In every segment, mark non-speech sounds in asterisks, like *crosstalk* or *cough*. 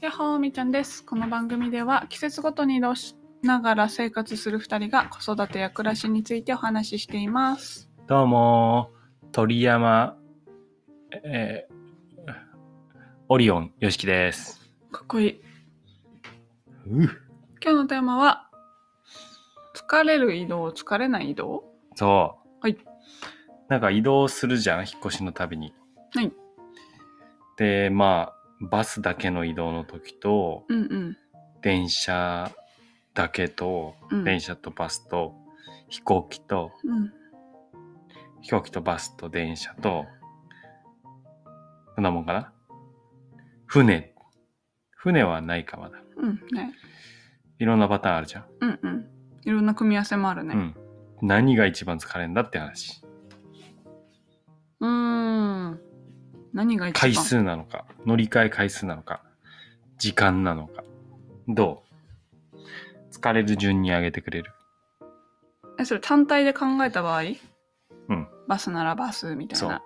やっほーみーちゃんです。この番組では季節ごとに移動しながら生活する2人が子育てや暮らしについてお話ししています。どうも、鳥山、えーオリオン、よしきです。かっこいい。う今日のテーマは、疲れる移動、疲れない移動そう。はい。なんか移動するじゃん、引っ越しのたびに。はい。で、まあ、バスだけの移動の時と、うんうん。電車だけと、うん電車とバスと、飛行機と、うん。飛行機とバスと電車と、そんなもんかな船。船はないかまだ。うん。ね。いろんなパターンあるじゃん。うんうん。いろんな組み合わせもあるうね。ん。何が一番疲れんだって話。うーん。何が一番回数なのか、乗り換え回数なのか、時間なのか。どう疲れる順に上げてくれる。え、それ単体で考えた場合うん。バスならバスみたいな。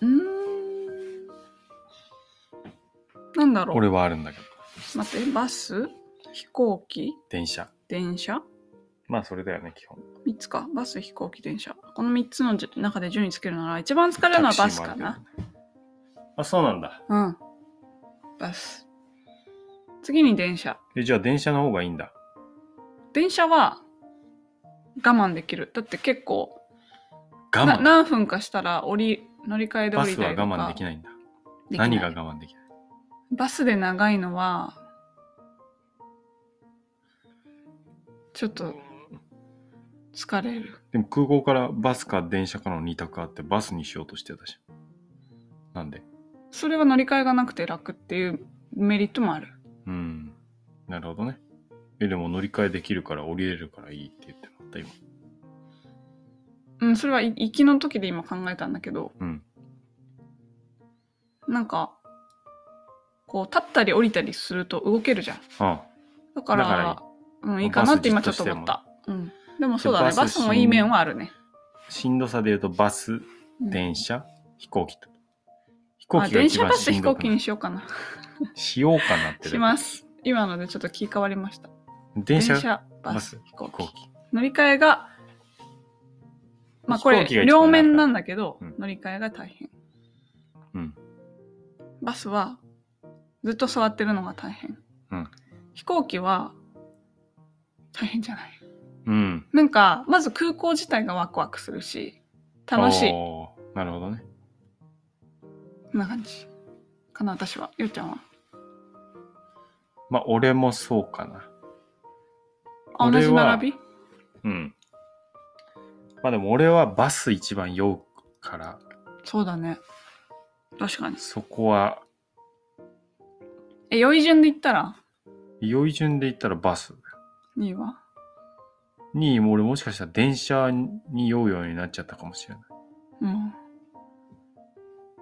うーん。なんだろう。俺はあるんだけど、待って、バス、飛行機、電車。電車まあそれだよね、基本。 ?3 つか。バス、飛行機、電車。この3つのじ中で順位つけるなら、一番疲れるのはバスかな。あ、そうなんだ。うん。バス。次に電車。え、じゃあ電車の方がいいんだ。電車は我慢できる。だって結構、我な慢。何分かしたら降り、乗り換えで降バりスたはりとか。我慢できないんだ。できない何が我慢できないバスで長いのは、ちょっと疲れる。でも空港からバスか電車かの2択あってバスにしようとしてたじゃん。なんでそれは乗り換えがなくて楽っていうメリットもある。うん。なるほどね。え、でも乗り換えできるから降りれるからいいって言ってなかった今。うん、それはい行きの時で今考えたんだけど、うん。なんか、こう立ったり降りたりすると動けるじゃん。あだから、だからうん、いいかなって今ちょっと思った。うん。でもそうだね、でババススもいい面はあるね。あしんどさで言うとバス、うん電車、飛行機と。飛行あ機が電一車番バスし飛んど行く機なにいしようかな。しようかなって。します。今のでちょっと気変わりました。電車、ババスス、飛行飛行機。機。乗り換えが、まあこれ飛行機が一番両面なんだけど、うん乗り換えが大変。うん。バスはずっと座ってるのが大変。うん飛行機は大変じゃない。うん。なんか、まず空港自体がワクワクするし、楽しい。こおー。なるほどね。んな感じ。かな、私は。ゆうちゃんは。まあ俺もそうかな。あ同俺じは並びうん。まあでも俺はバス一番酔うから、そうだね。確かに。そこは、え、良い順で言ったら酔い順で言ったらバス。いいわ。に、俺もしかしたら電車に酔うようになっちゃったかもしれない。うん。っ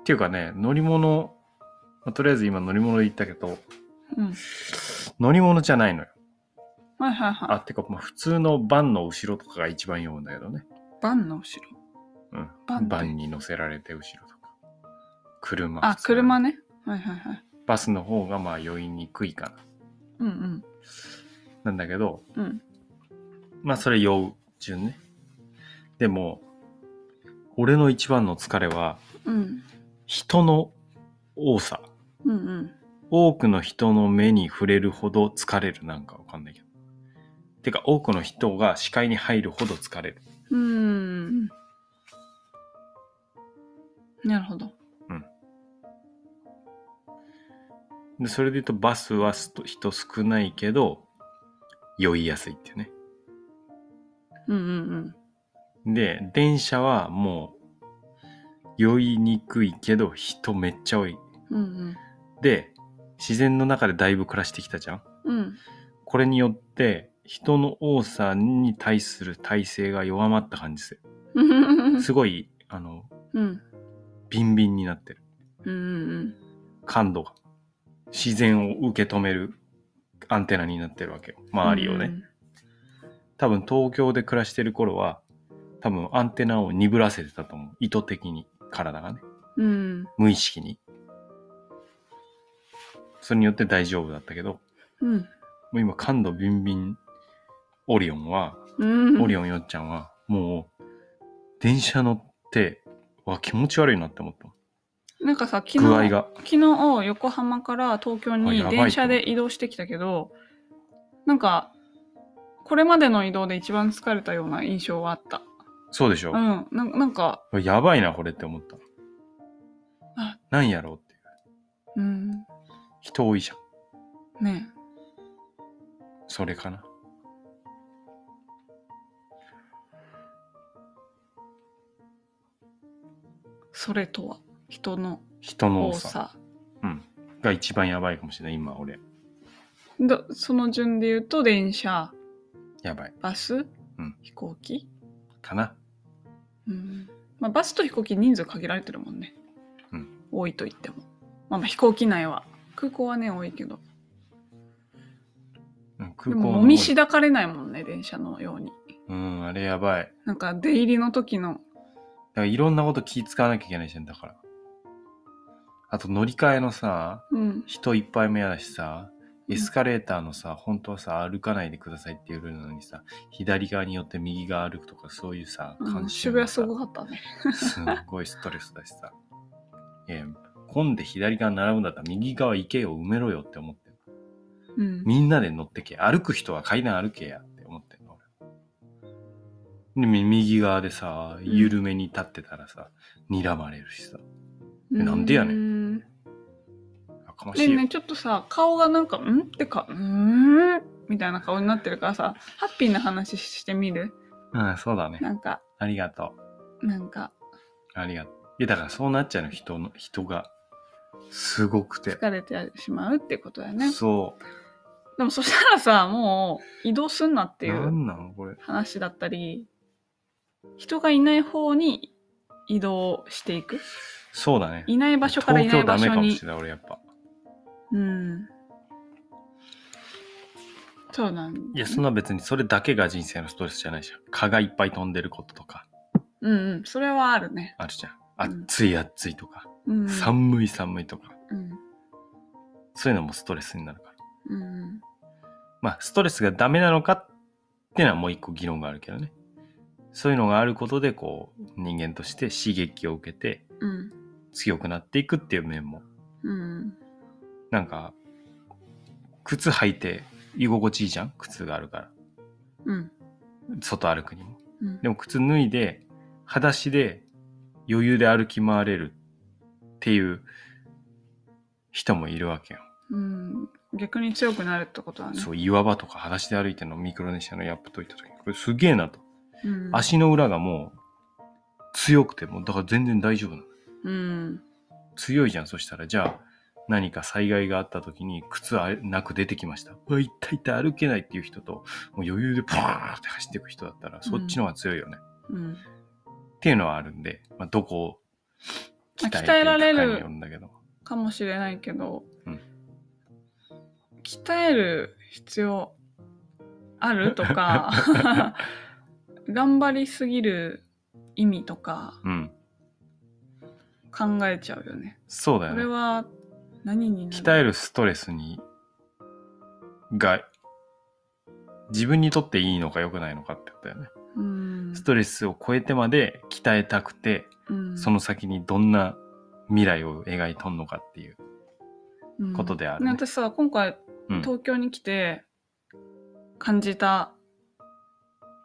ていうかね、乗り物、まあとりあえず今乗り物で言ったけど、うん。乗り物じゃないのよ。はいはいはあ、てか、まあ、普通のバンの後ろとかが一番酔うんだけどね。い。バンの後ろ。うん。ババンってンに乗せられて後ろとか。車。あ、車ね。ね。はいはいはい。バスの方がまあ酔いにくいかうんうん。な。なんだけど、うん。まあそれ酔う順ね。でも、俺の一番の疲れは、うん。人の多さ。うんうん。多くの人の目に触れるほど疲れるなんかわかんないけど。てか、多くの人が視界に入るほど疲れる。うーん。なるほど。で、それで言うとバスはすと人少ないけど、酔いやすいっていうね。うんうんで、電車はもう、酔いにくいけど、人めっちゃ多い。うん。うんで、自然の中でだいぶ暮らしてきたじゃんうん。うん。これによって、人の多さに対する体制が弱まった感じですうんる。すごい、あの、うんビンビンになってる。うん感度が自然を受け止めるアンテナになってるわけよ周りをね、多分東京で暮らしてる頃は多分アンテナを鈍らせてたと思う意図的に体がねうん。無意識にそれによって大丈夫だったけど、うん。もう今感度ビンビンオリオンは、うん。オリオンよっちゃんは、もう、電車乗って、わ、気持ち悪いなって思った。なんかさ、昨具合日、が。昨日横浜から東京あにやばい電車で移動してきたけど、なんか、これまでの移動で一番疲れたような印象はあった。そうでしうょん。なんなんか、やばいな、これって思ったあ。なんやろうっていう。うん。人多いじゃん。ねそれかな。それとは、人の人の多多ささ。が一番やばいかもしれない、今俺。だその順で言うと、電車、やばい。バス、ん飛行機。かな。うん。まあ、バスと飛行機人数限られてるもんね。うん多いと言っても。まあ、まあ飛行機内は。空港はね、多いけど。うんで空港も、のもみしだかれないもんね、電車のように。うん、あれやばい。だかなんか、出入りの時の、らいろんなこと気使わなきゃいけないじゃん、だから。あと乗り換えのさ、うん。人いっぱい目やだしさ、うんエスカレーターのさ、本当はさ、歩かないでくださいっていうルールなのにさ、左側によって右側歩くとか、そういうさ、うん、心渋の谷さすごかったね。すっごいストレスだしさ。いや、混んで左側並ぶんだったら右側行けよ、埋めろよって思ってる。うん。みんなで乗ってけ。歩く人は階段歩けやって思ってんの、俺。で、み右側でさ、ん緩めに立ってたらさ、睨まれるしさ。なんでやねんん。あかましでいよ。ね、ちょっとさ、顔がなんか、んってか、うーんみたいな顔になってるからさ、ハッピーな話してみるうん、そうだね。なんか、ありがとう。なんか、ありがとう。いや、だからそうなっちゃうの、人の、人が。すごくて。疲れてしまうってことだよね。そでもそしたらさ、もう、移動すんなっう。ていなうんなのこれ。話だったり、人がいない方に移動していく。そうだね。いない場所からいない場東京所ダメかもにし。れない、俺やっぱ。うん。そうなんだねいや、そんな別にそれだけが人生のストレスじゃないじゃん。蚊がいっぱい飛んでることとかうんうん、それはあるね。あるじゃん。うん暑い暑いとか、うん。寒い寒いとか、うん。そういうのもストレスになるから。うん。まあ、ストレスがダメなのかっていうのはもう一個議論があるけどね。そういうのがあることで、こう、人間として刺激を受けてうん。強くなっていくっていう面も、うん。なんか、靴履いて居心地いいじゃん靴があるから。うん。外歩くにも。うんでも靴脱いで、裸足で余裕で歩き回れるっていう人もいるわけよ。うん、逆に強くなるってことだね。そう、岩場とか裸足で歩いてるのミクロネシアのヤップといった時これすげえなと。うん、足の裏がもう強くても、だから全然大丈夫なの。うん。強いじゃん、そしたら。じゃあ、何か災害があった時に靴あなく出てきました。うわ、痛い痛い歩けないっていう人と、もう余裕でパーンって走っていく人だったら、そっちの方が強いよね。うん。っていうのはあるんで、まあ、どこをまあ鍛え鍛えられるていくかによんだけど。かもしれないけど、うん鍛える必要あ *laughs* るとか、頑張りすぎる意味とかうん。考えちゃうよね。そうだこよれね。は何になる鍛えるストレスに、が、自分にとっていいのか良くないのかってことだよね。うんストレスを超えてまで鍛えたくて、うんその先にどんな未来を描いとんのかっていう。ことであるねうん私さ、今回うん。東京に来て感じた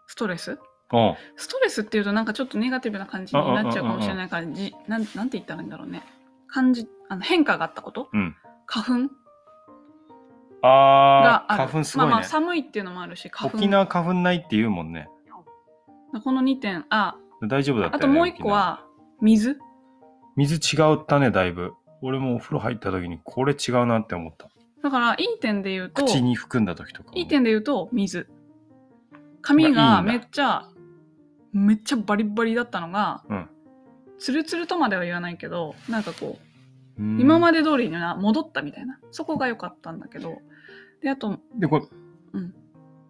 ストレス、おうストレスっていうとなんかちょっとネガティブな感じになっちゃうかもしれないからじなんなんて言ったらいいんだろうね感じあの変化があったことうん。花粉あがー、ある花粉すごいね。まあまあ寒いっていうのもあるし花粉沖縄花粉ないって言うもんね。この2点あ大丈夫だったあとよね。もう1個は水沖縄。水違ったね、だいぶ。俺もお風呂入った時にこれ違うなって思った。だからいい点で言うと口に含んだ時とかも。いい点で言うと水髪がめっちゃめっちゃバリバリだったのが、うんツルツルとまでは言わないけどなんかこううん今まで通りにな戻ったみたいなそこが良かったんだけどであとで、これ、うん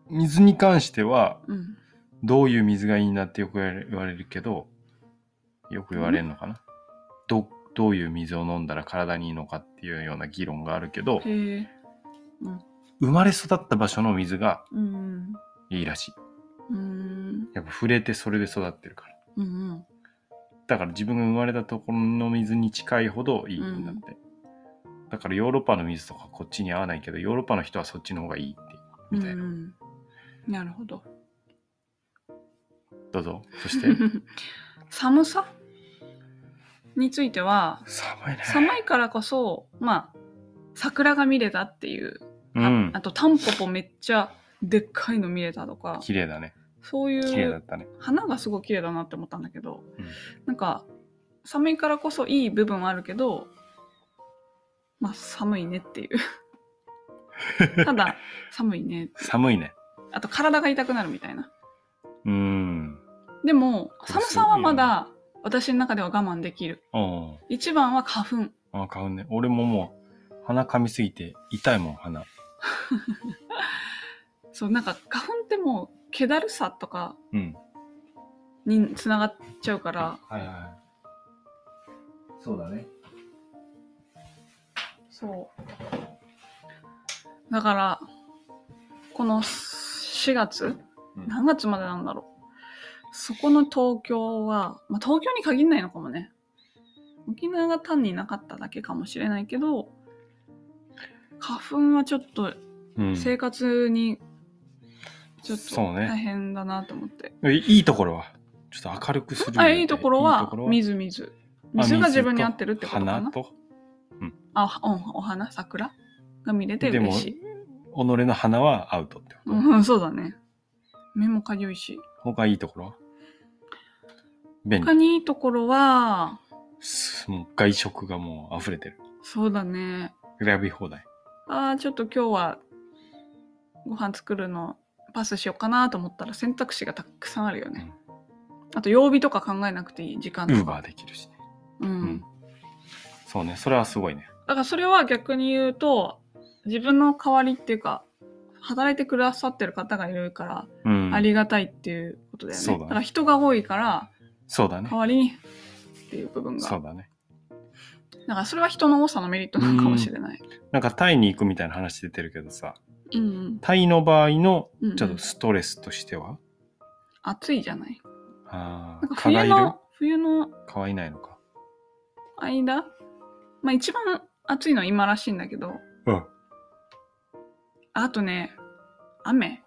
水に関しては、うんどういう水がいいんだってよく言われ言われるけど、よく言われるのかな。ど、どういう水を飲んだら体にいいのかっていうような議論があるけどへえ。生まれ育った場所の水がうん。いいらしいうん。やっぱ触れてそれで育ってるからうんうん。だから自分が生まれたところの水に近いほどいいんだって、だからヨーロッパの水とかこっちに合わないけどヨーロッパの人はそっちの方がいいってみたいな、うんうん、なるほど。どうぞ *laughs* そして寒さについて *laughs* は、寒いね寒いからこそ、まあ、桜が見れたっていう、うあんあとタンポポめっちゃでっかいの見れたとか、綺麗だねそうい綺麗だうったね花がすごい綺麗だなって思ったんだけど、うんなんか寒いからこそいい部分はあるけど、まあ寒いねって *laughs* いう。ただ寒いね。寒いねあと体が痛くなるみたいな。うんでもこれ寒さはまだ私の中では我慢できる。あ一番は花粉。ああ買うね俺ももう鼻噛みすぎて痛いもん鼻そう、なんか花粉ってもう気だるさとかうんにつながっちゃうから、はいはいそうだねそう。だから、この4月、うん何月までなんだろう。そこの東京は、まあ、東京に限らないのかもね。沖縄が単になかっただけかもしれないけど、花粉はちょっとうん生活にちょっとそうね大変だなと思って。いいいところはちょっと明るくするあいいところいいとはころは水水。あ水が自分に合ってるってことかな。花とあ、うん、お花、桜が見れて嬉しい。己の花はアウトってこと、うん、そうだね。目もかゆいし。他いいところは便他利にいいところは、すもう外食がもう溢れてるそうだね。選び放題あーちょっと今日はご飯作るのパスしようかなと思ったら選択肢がたくさんあるよね。あと曜日とか考えなくていい時間ウとーか。バーできるしねうん。うんそうねそれはすごいねだからそれは逆に言うと、自分の代わりっていうか、働いてくださってる方がいるから、うんありがたいっていうことだよね。そうだだねから人が多いから、そうだね代わりにっていう部分が。そうだねだからそれは人の多さのメリットなのかもしれない。なんかタイに行くみたいな話出てるけどさうん、うんタイの場合のうんうんちょっとストレスとしては、暑いじゃない。あなんかあ蚊が冬いるの、冬の蚊はいないのか間、まあ一番暑いのは今らしいんだけど、うんあとね、雨。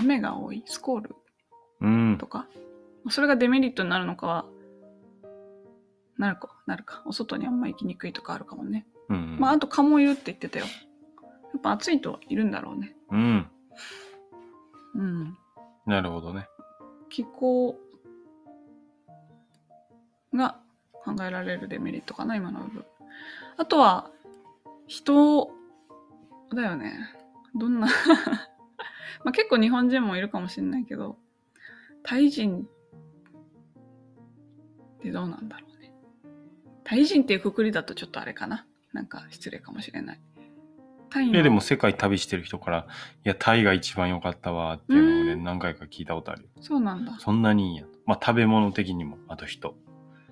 雨が多い。スコールうんとか。それがデメリットになるのかは、なるか、なるか。お外にあんま行きにくいとかあるかもね。うんまああと蚊もいるって言ってたよ。やっぱ暑いといるんだろうね。うんうん。なるほどね気候が考えられるデメリットかな、今の部分。あとは、人だよね。どんな、 *laughs* まあ結構日本人もいるかもしれないけど、タイ人ってどうなんだろうね。タイ人っていうくくりだとちょっとあれかな。なんか失礼かもしれない。タイのいやでも世界旅してる人から「いやタイが一番良かったわ」っていうのを俺うん何回か聞いたことあるよそうなんだ。そんなにいいんやまあ食べ物的にもあと人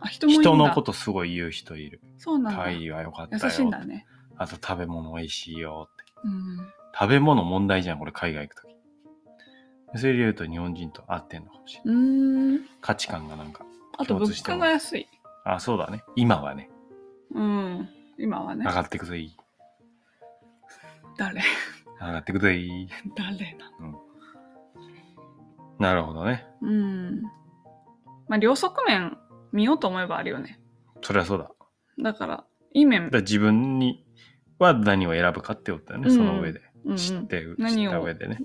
あ、人もいるんだ。人のことすごい言う人いるそうなんだ。タイは良かったよ優しいんだね。あと食べ物美味しいよってうん。食べ物問題じゃんこれ海外行く時それで言うと日本人と合ってんのかもしれないうーん。価値観がなんかあと物価が安い。あそうだね今はねうん。今はね上。がってくぜい誰 *laughs* 上がってくぜい誰ななるほどねのうん。まあ、両側面見ようと思えばあるよね。それはそうだだかだから、いい面、ら自分には何を選ぶかってことだよね、うんその上でうんうん知ってる、何知をった上でね。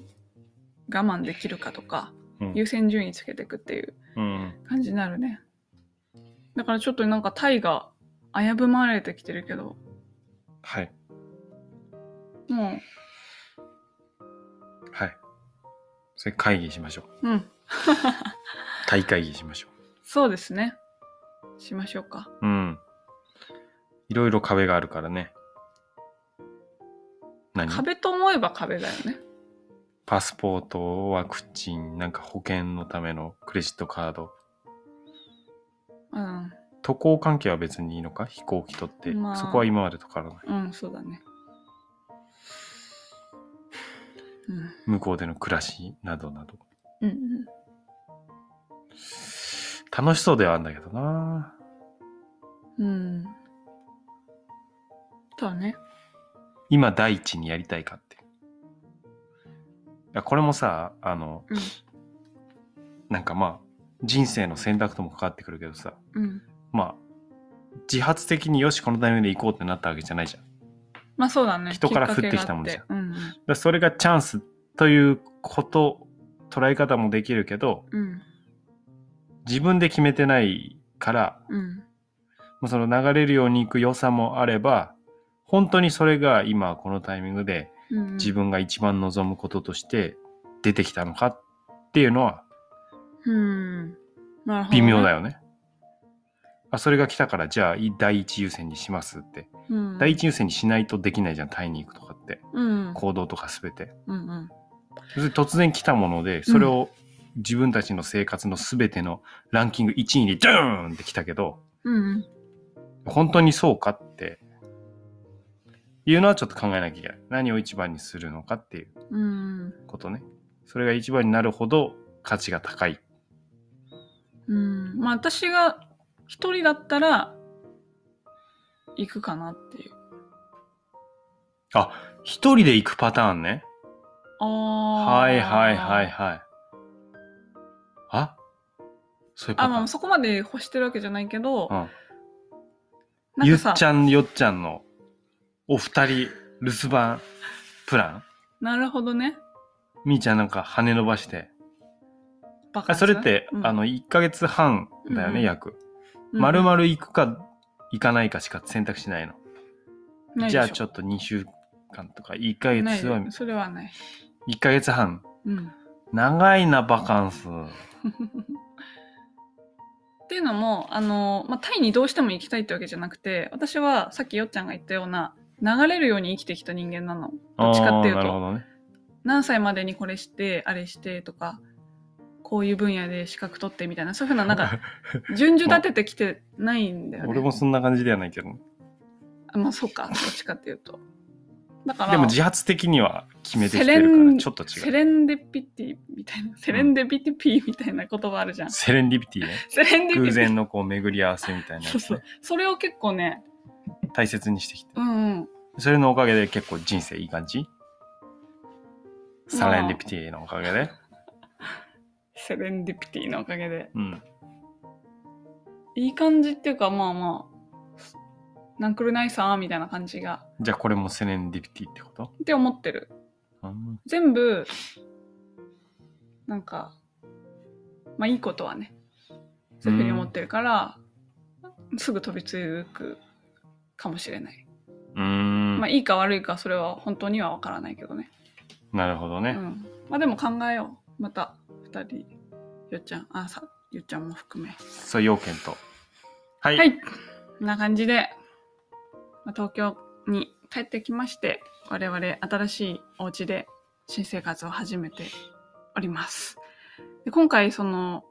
我慢できるかとか、うん優先順位つけていくっていううん、感じになるね。だからちょっとなんかタイが危ぶまれてきてるけど、はい。もはい。それ会議しましょう。う、うん。大会議しましょそうですね。しましょうか。う。うん。いろいろ壁があるからね。何壁と思えば壁だよね。パスポート、ワクチン、なんか保険のためのクレジットカード。うん。渡航関係は別にいいのか飛行機とって、まあそこは今までとからないうん、そうだね。うん。向こうでの暮らしなどなどうんうん、楽しそうではあるんだけどなうん。だね。今第一にやりたいかっていやこれもさあの、うんなんかまあ人生の選択とも関わってくるけどさうん。まあ自発的によしこのタイミングで行こうってなったわけじゃないじゃんだかまあそうだね。人からきっかけがあ降ってきたもんじゃっんてうんらそれがチャンスということ捉え方もできるけどうん。自分で決めてないからうん。うん。もうその流れるように行く良さもあれば本当にそれが今このタイミングでうん、自分が一番望むこととして出てきたのかっていうのはうん。なるほど、微妙だよ。よね。あそれが来たからじゃあい第一優先にしますって、うん、第一優先にしないとできないじゃんタイに行くとかってうん。行動とか全て。うんうん。要するに突然来たものでそれを自分たちの生活の全てのランキング1位にドゥーンって来たけどうんうん。本当にそうかっていうのはちょっと考えなきゃいけない。何を一番にするのかっていううん。ことね。それが一番になるほど価値が高い。うん。まあ私が一人だったら、行くかなっていう。あ、一人で行くパターンね。ああ。はいはいはい。はい。あそういうパあ、タまあーそこまで欲してるわけじゃないけど、ン。うん、なんゆかっさち、ゃん、よっちゃんのお二人留守番プラン。なるほどね。みーちゃんなんか羽伸ばして。バカあにそすれるって、うんあの、1ヶ月半だよね、うんうん約。うん丸々行くか行かないかしか選択しないの。ないでしょじゃあちょっと2週間とか、1ヶない月は、よそれはない。 1ヶ月半。うん。長いな、バカンス。っていうのも、あの、まあ、タイにどうしても行きたいってわけじゃなくて、私はさっきよっちゃんが言ったような、流れるように生きてきた人間なの。どっちかっていうあーなるとほ、どね。何歳までにこれして、あれしてとか、こういう分野で資格取ってみたいな、そういうふうな、なんか、順序立ててきてないんだよね。 *laughs* 俺もそんな感じではないけどね、あまあ、そうか、どっちかっていうと。だから、でも自発的には決めてきセてレるからンちょっと違うセ *laughs* セレレンデピティみたいな、セレンデピティピーみたいな言葉あるじゃん。ンディピテ *laughs* ィねセレンディピティ *laughs* 偶然のこう巡り合わせみたいなやつそねうそう。それを結構ね、大切にしてきてうんうん。それのおかげで結構人生いい感じまセあレンディピティのおかげで、セレンディピティのおかげで。うんいい感じっていうか、まあまあ、なんくるないさーみたいな感じが。じゃあこれもセレンディピティってこと、って思ってる。うん全部、なんか、まあいいことはね、そういうふうに思ってるから、すぐ飛びつくかもしれない。うーんまあいいか悪いか、それは本当にはわからないけどね。なるほどね、うん。まあでも考えよう。また、二人、よっちゃん、あ、さ、ゆっちゃんも含め。そういう要件とはい、はい。こんな感じで、まあ東京に帰ってきまして、我々新しいお家で新生活を始めております。で今回、その、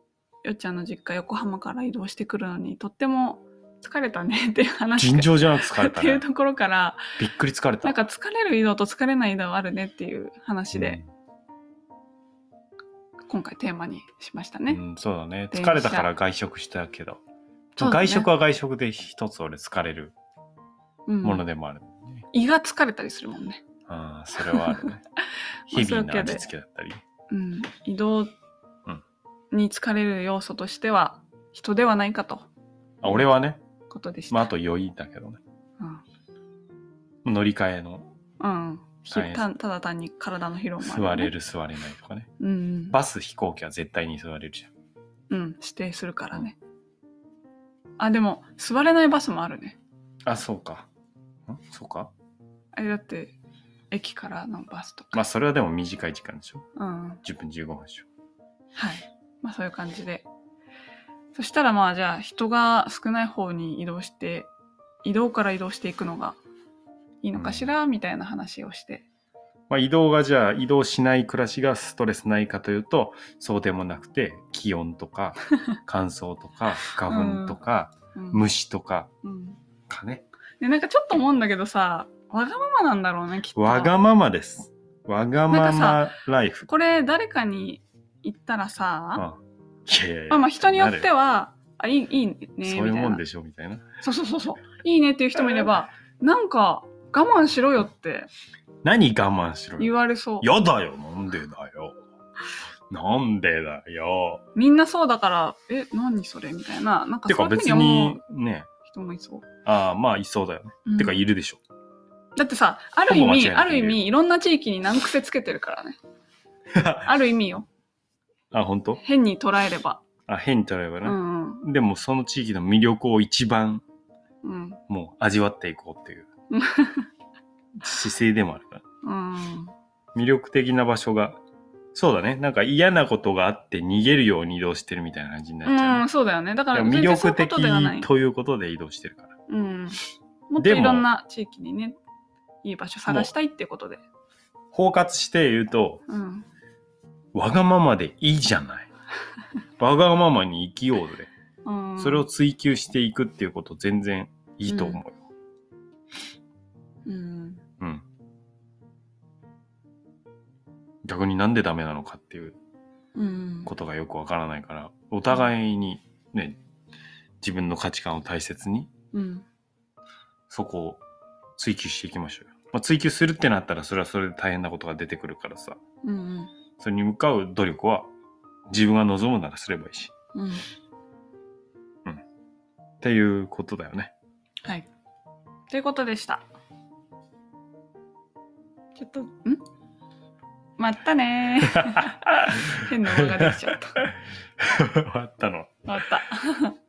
よっちゃんの実家横浜から移動してくるのにとっても疲れたね *laughs* っていう話尋常じゃなく疲れったていねうところから、びっくり疲れたなんか疲れる移動と疲れない移動はあるねっていう話で、今回テーマにしましたうね。ん、うんそうだね電疲車れたから外食したけど、そうだね外食は外食で一つ俺疲れるうんものでもある、胃が疲れたりするもんね。ああ、それはある *laughs* ね。ヘビーな味付けだったり。うん、移動んに疲れる要素としては人ではないかとあ俺はね、ことでした。まあ、あと酔いだけどね。乗り換えのうん、うんひ大変たただ単に体の疲労もある、ね。座れ。る座れないとかね。うん、バス飛行機は絶対に座れるじゃん。うん、うん指定するからね。あでも座れないバスもあるね。あ、そうか。んそうか。あれだって駅からのバスとか。まあそれはでも短い時間でしょ。うん、 10分15分でしょ。はい。まあそういう感じで。そしたらまあじゃあ人が少ない方に移動して、移動から移動していくのがいいのかしら、みたいな話をして。まあ移動がじゃあ移動しない暮らしがストレスないかという *laughs* と、そうでもなくて、気温とか乾燥とか花粉とか、うん虫とかうんかね。でなんかちょっと思うんだけどさわがままなんだろうねきっとわがままです。わがまなんまライフ。これ誰かに言ったらさ、あいやいやいやまあまあ人によってなるはあいいいいねみたいそういうもんなでしょみたいな。そうそうそうそういいねっていう人もいればなんか我慢しろよって何我慢しろ言よ。われそうやだよ、なんでだよ。なんでだよ。みんなそうだからえ何それみたいななんかてそういかうふう別に思にうね、人もいそう、ああ、まあいそうだよね。うんてかいるでしょ。だってさある意ほぼ間違い味なくある意味いろんな地域に難癖つけてるから *laughs* ねある意味よあ、本当？変に捉えればあ、変に捉えればうね。んでもその地域の魅力を一番うんもう味わっていこうっていううん姿勢でもあるから。うん魅力的な場所が、そうだね。なんか嫌なことがあって逃げるように移動してるみたいな感じになっちゃううねん、。そうだよね。だかだからら全魅然そうい力うこ的とではない。ということで移動してるから。うん、もっとでいもろんな地域にね、いい場所探したいっていうことで。包括して言うと、うん、わがままでいいじ *laughs* ゃない。わがままに生きようで、うん、それを、追求していくっていうこと全然いいと思うよ。うん、うん。逆になんでダメなのかっていううん、ことがよくわからないから、お互いにね、自分の価値観を大切に、うん、そこを追求していきましょうよ。まあ、追求するってなったら、それはそれで大変なことが出てくるからさ、うん、それに向かう努力は自分が望むならすればいいし。うん、っていうことだよね。はい。ということでした。ちょっと、んまったね *laughs* ー。変な音ができちゃった。 *laughs* 終わったの。また。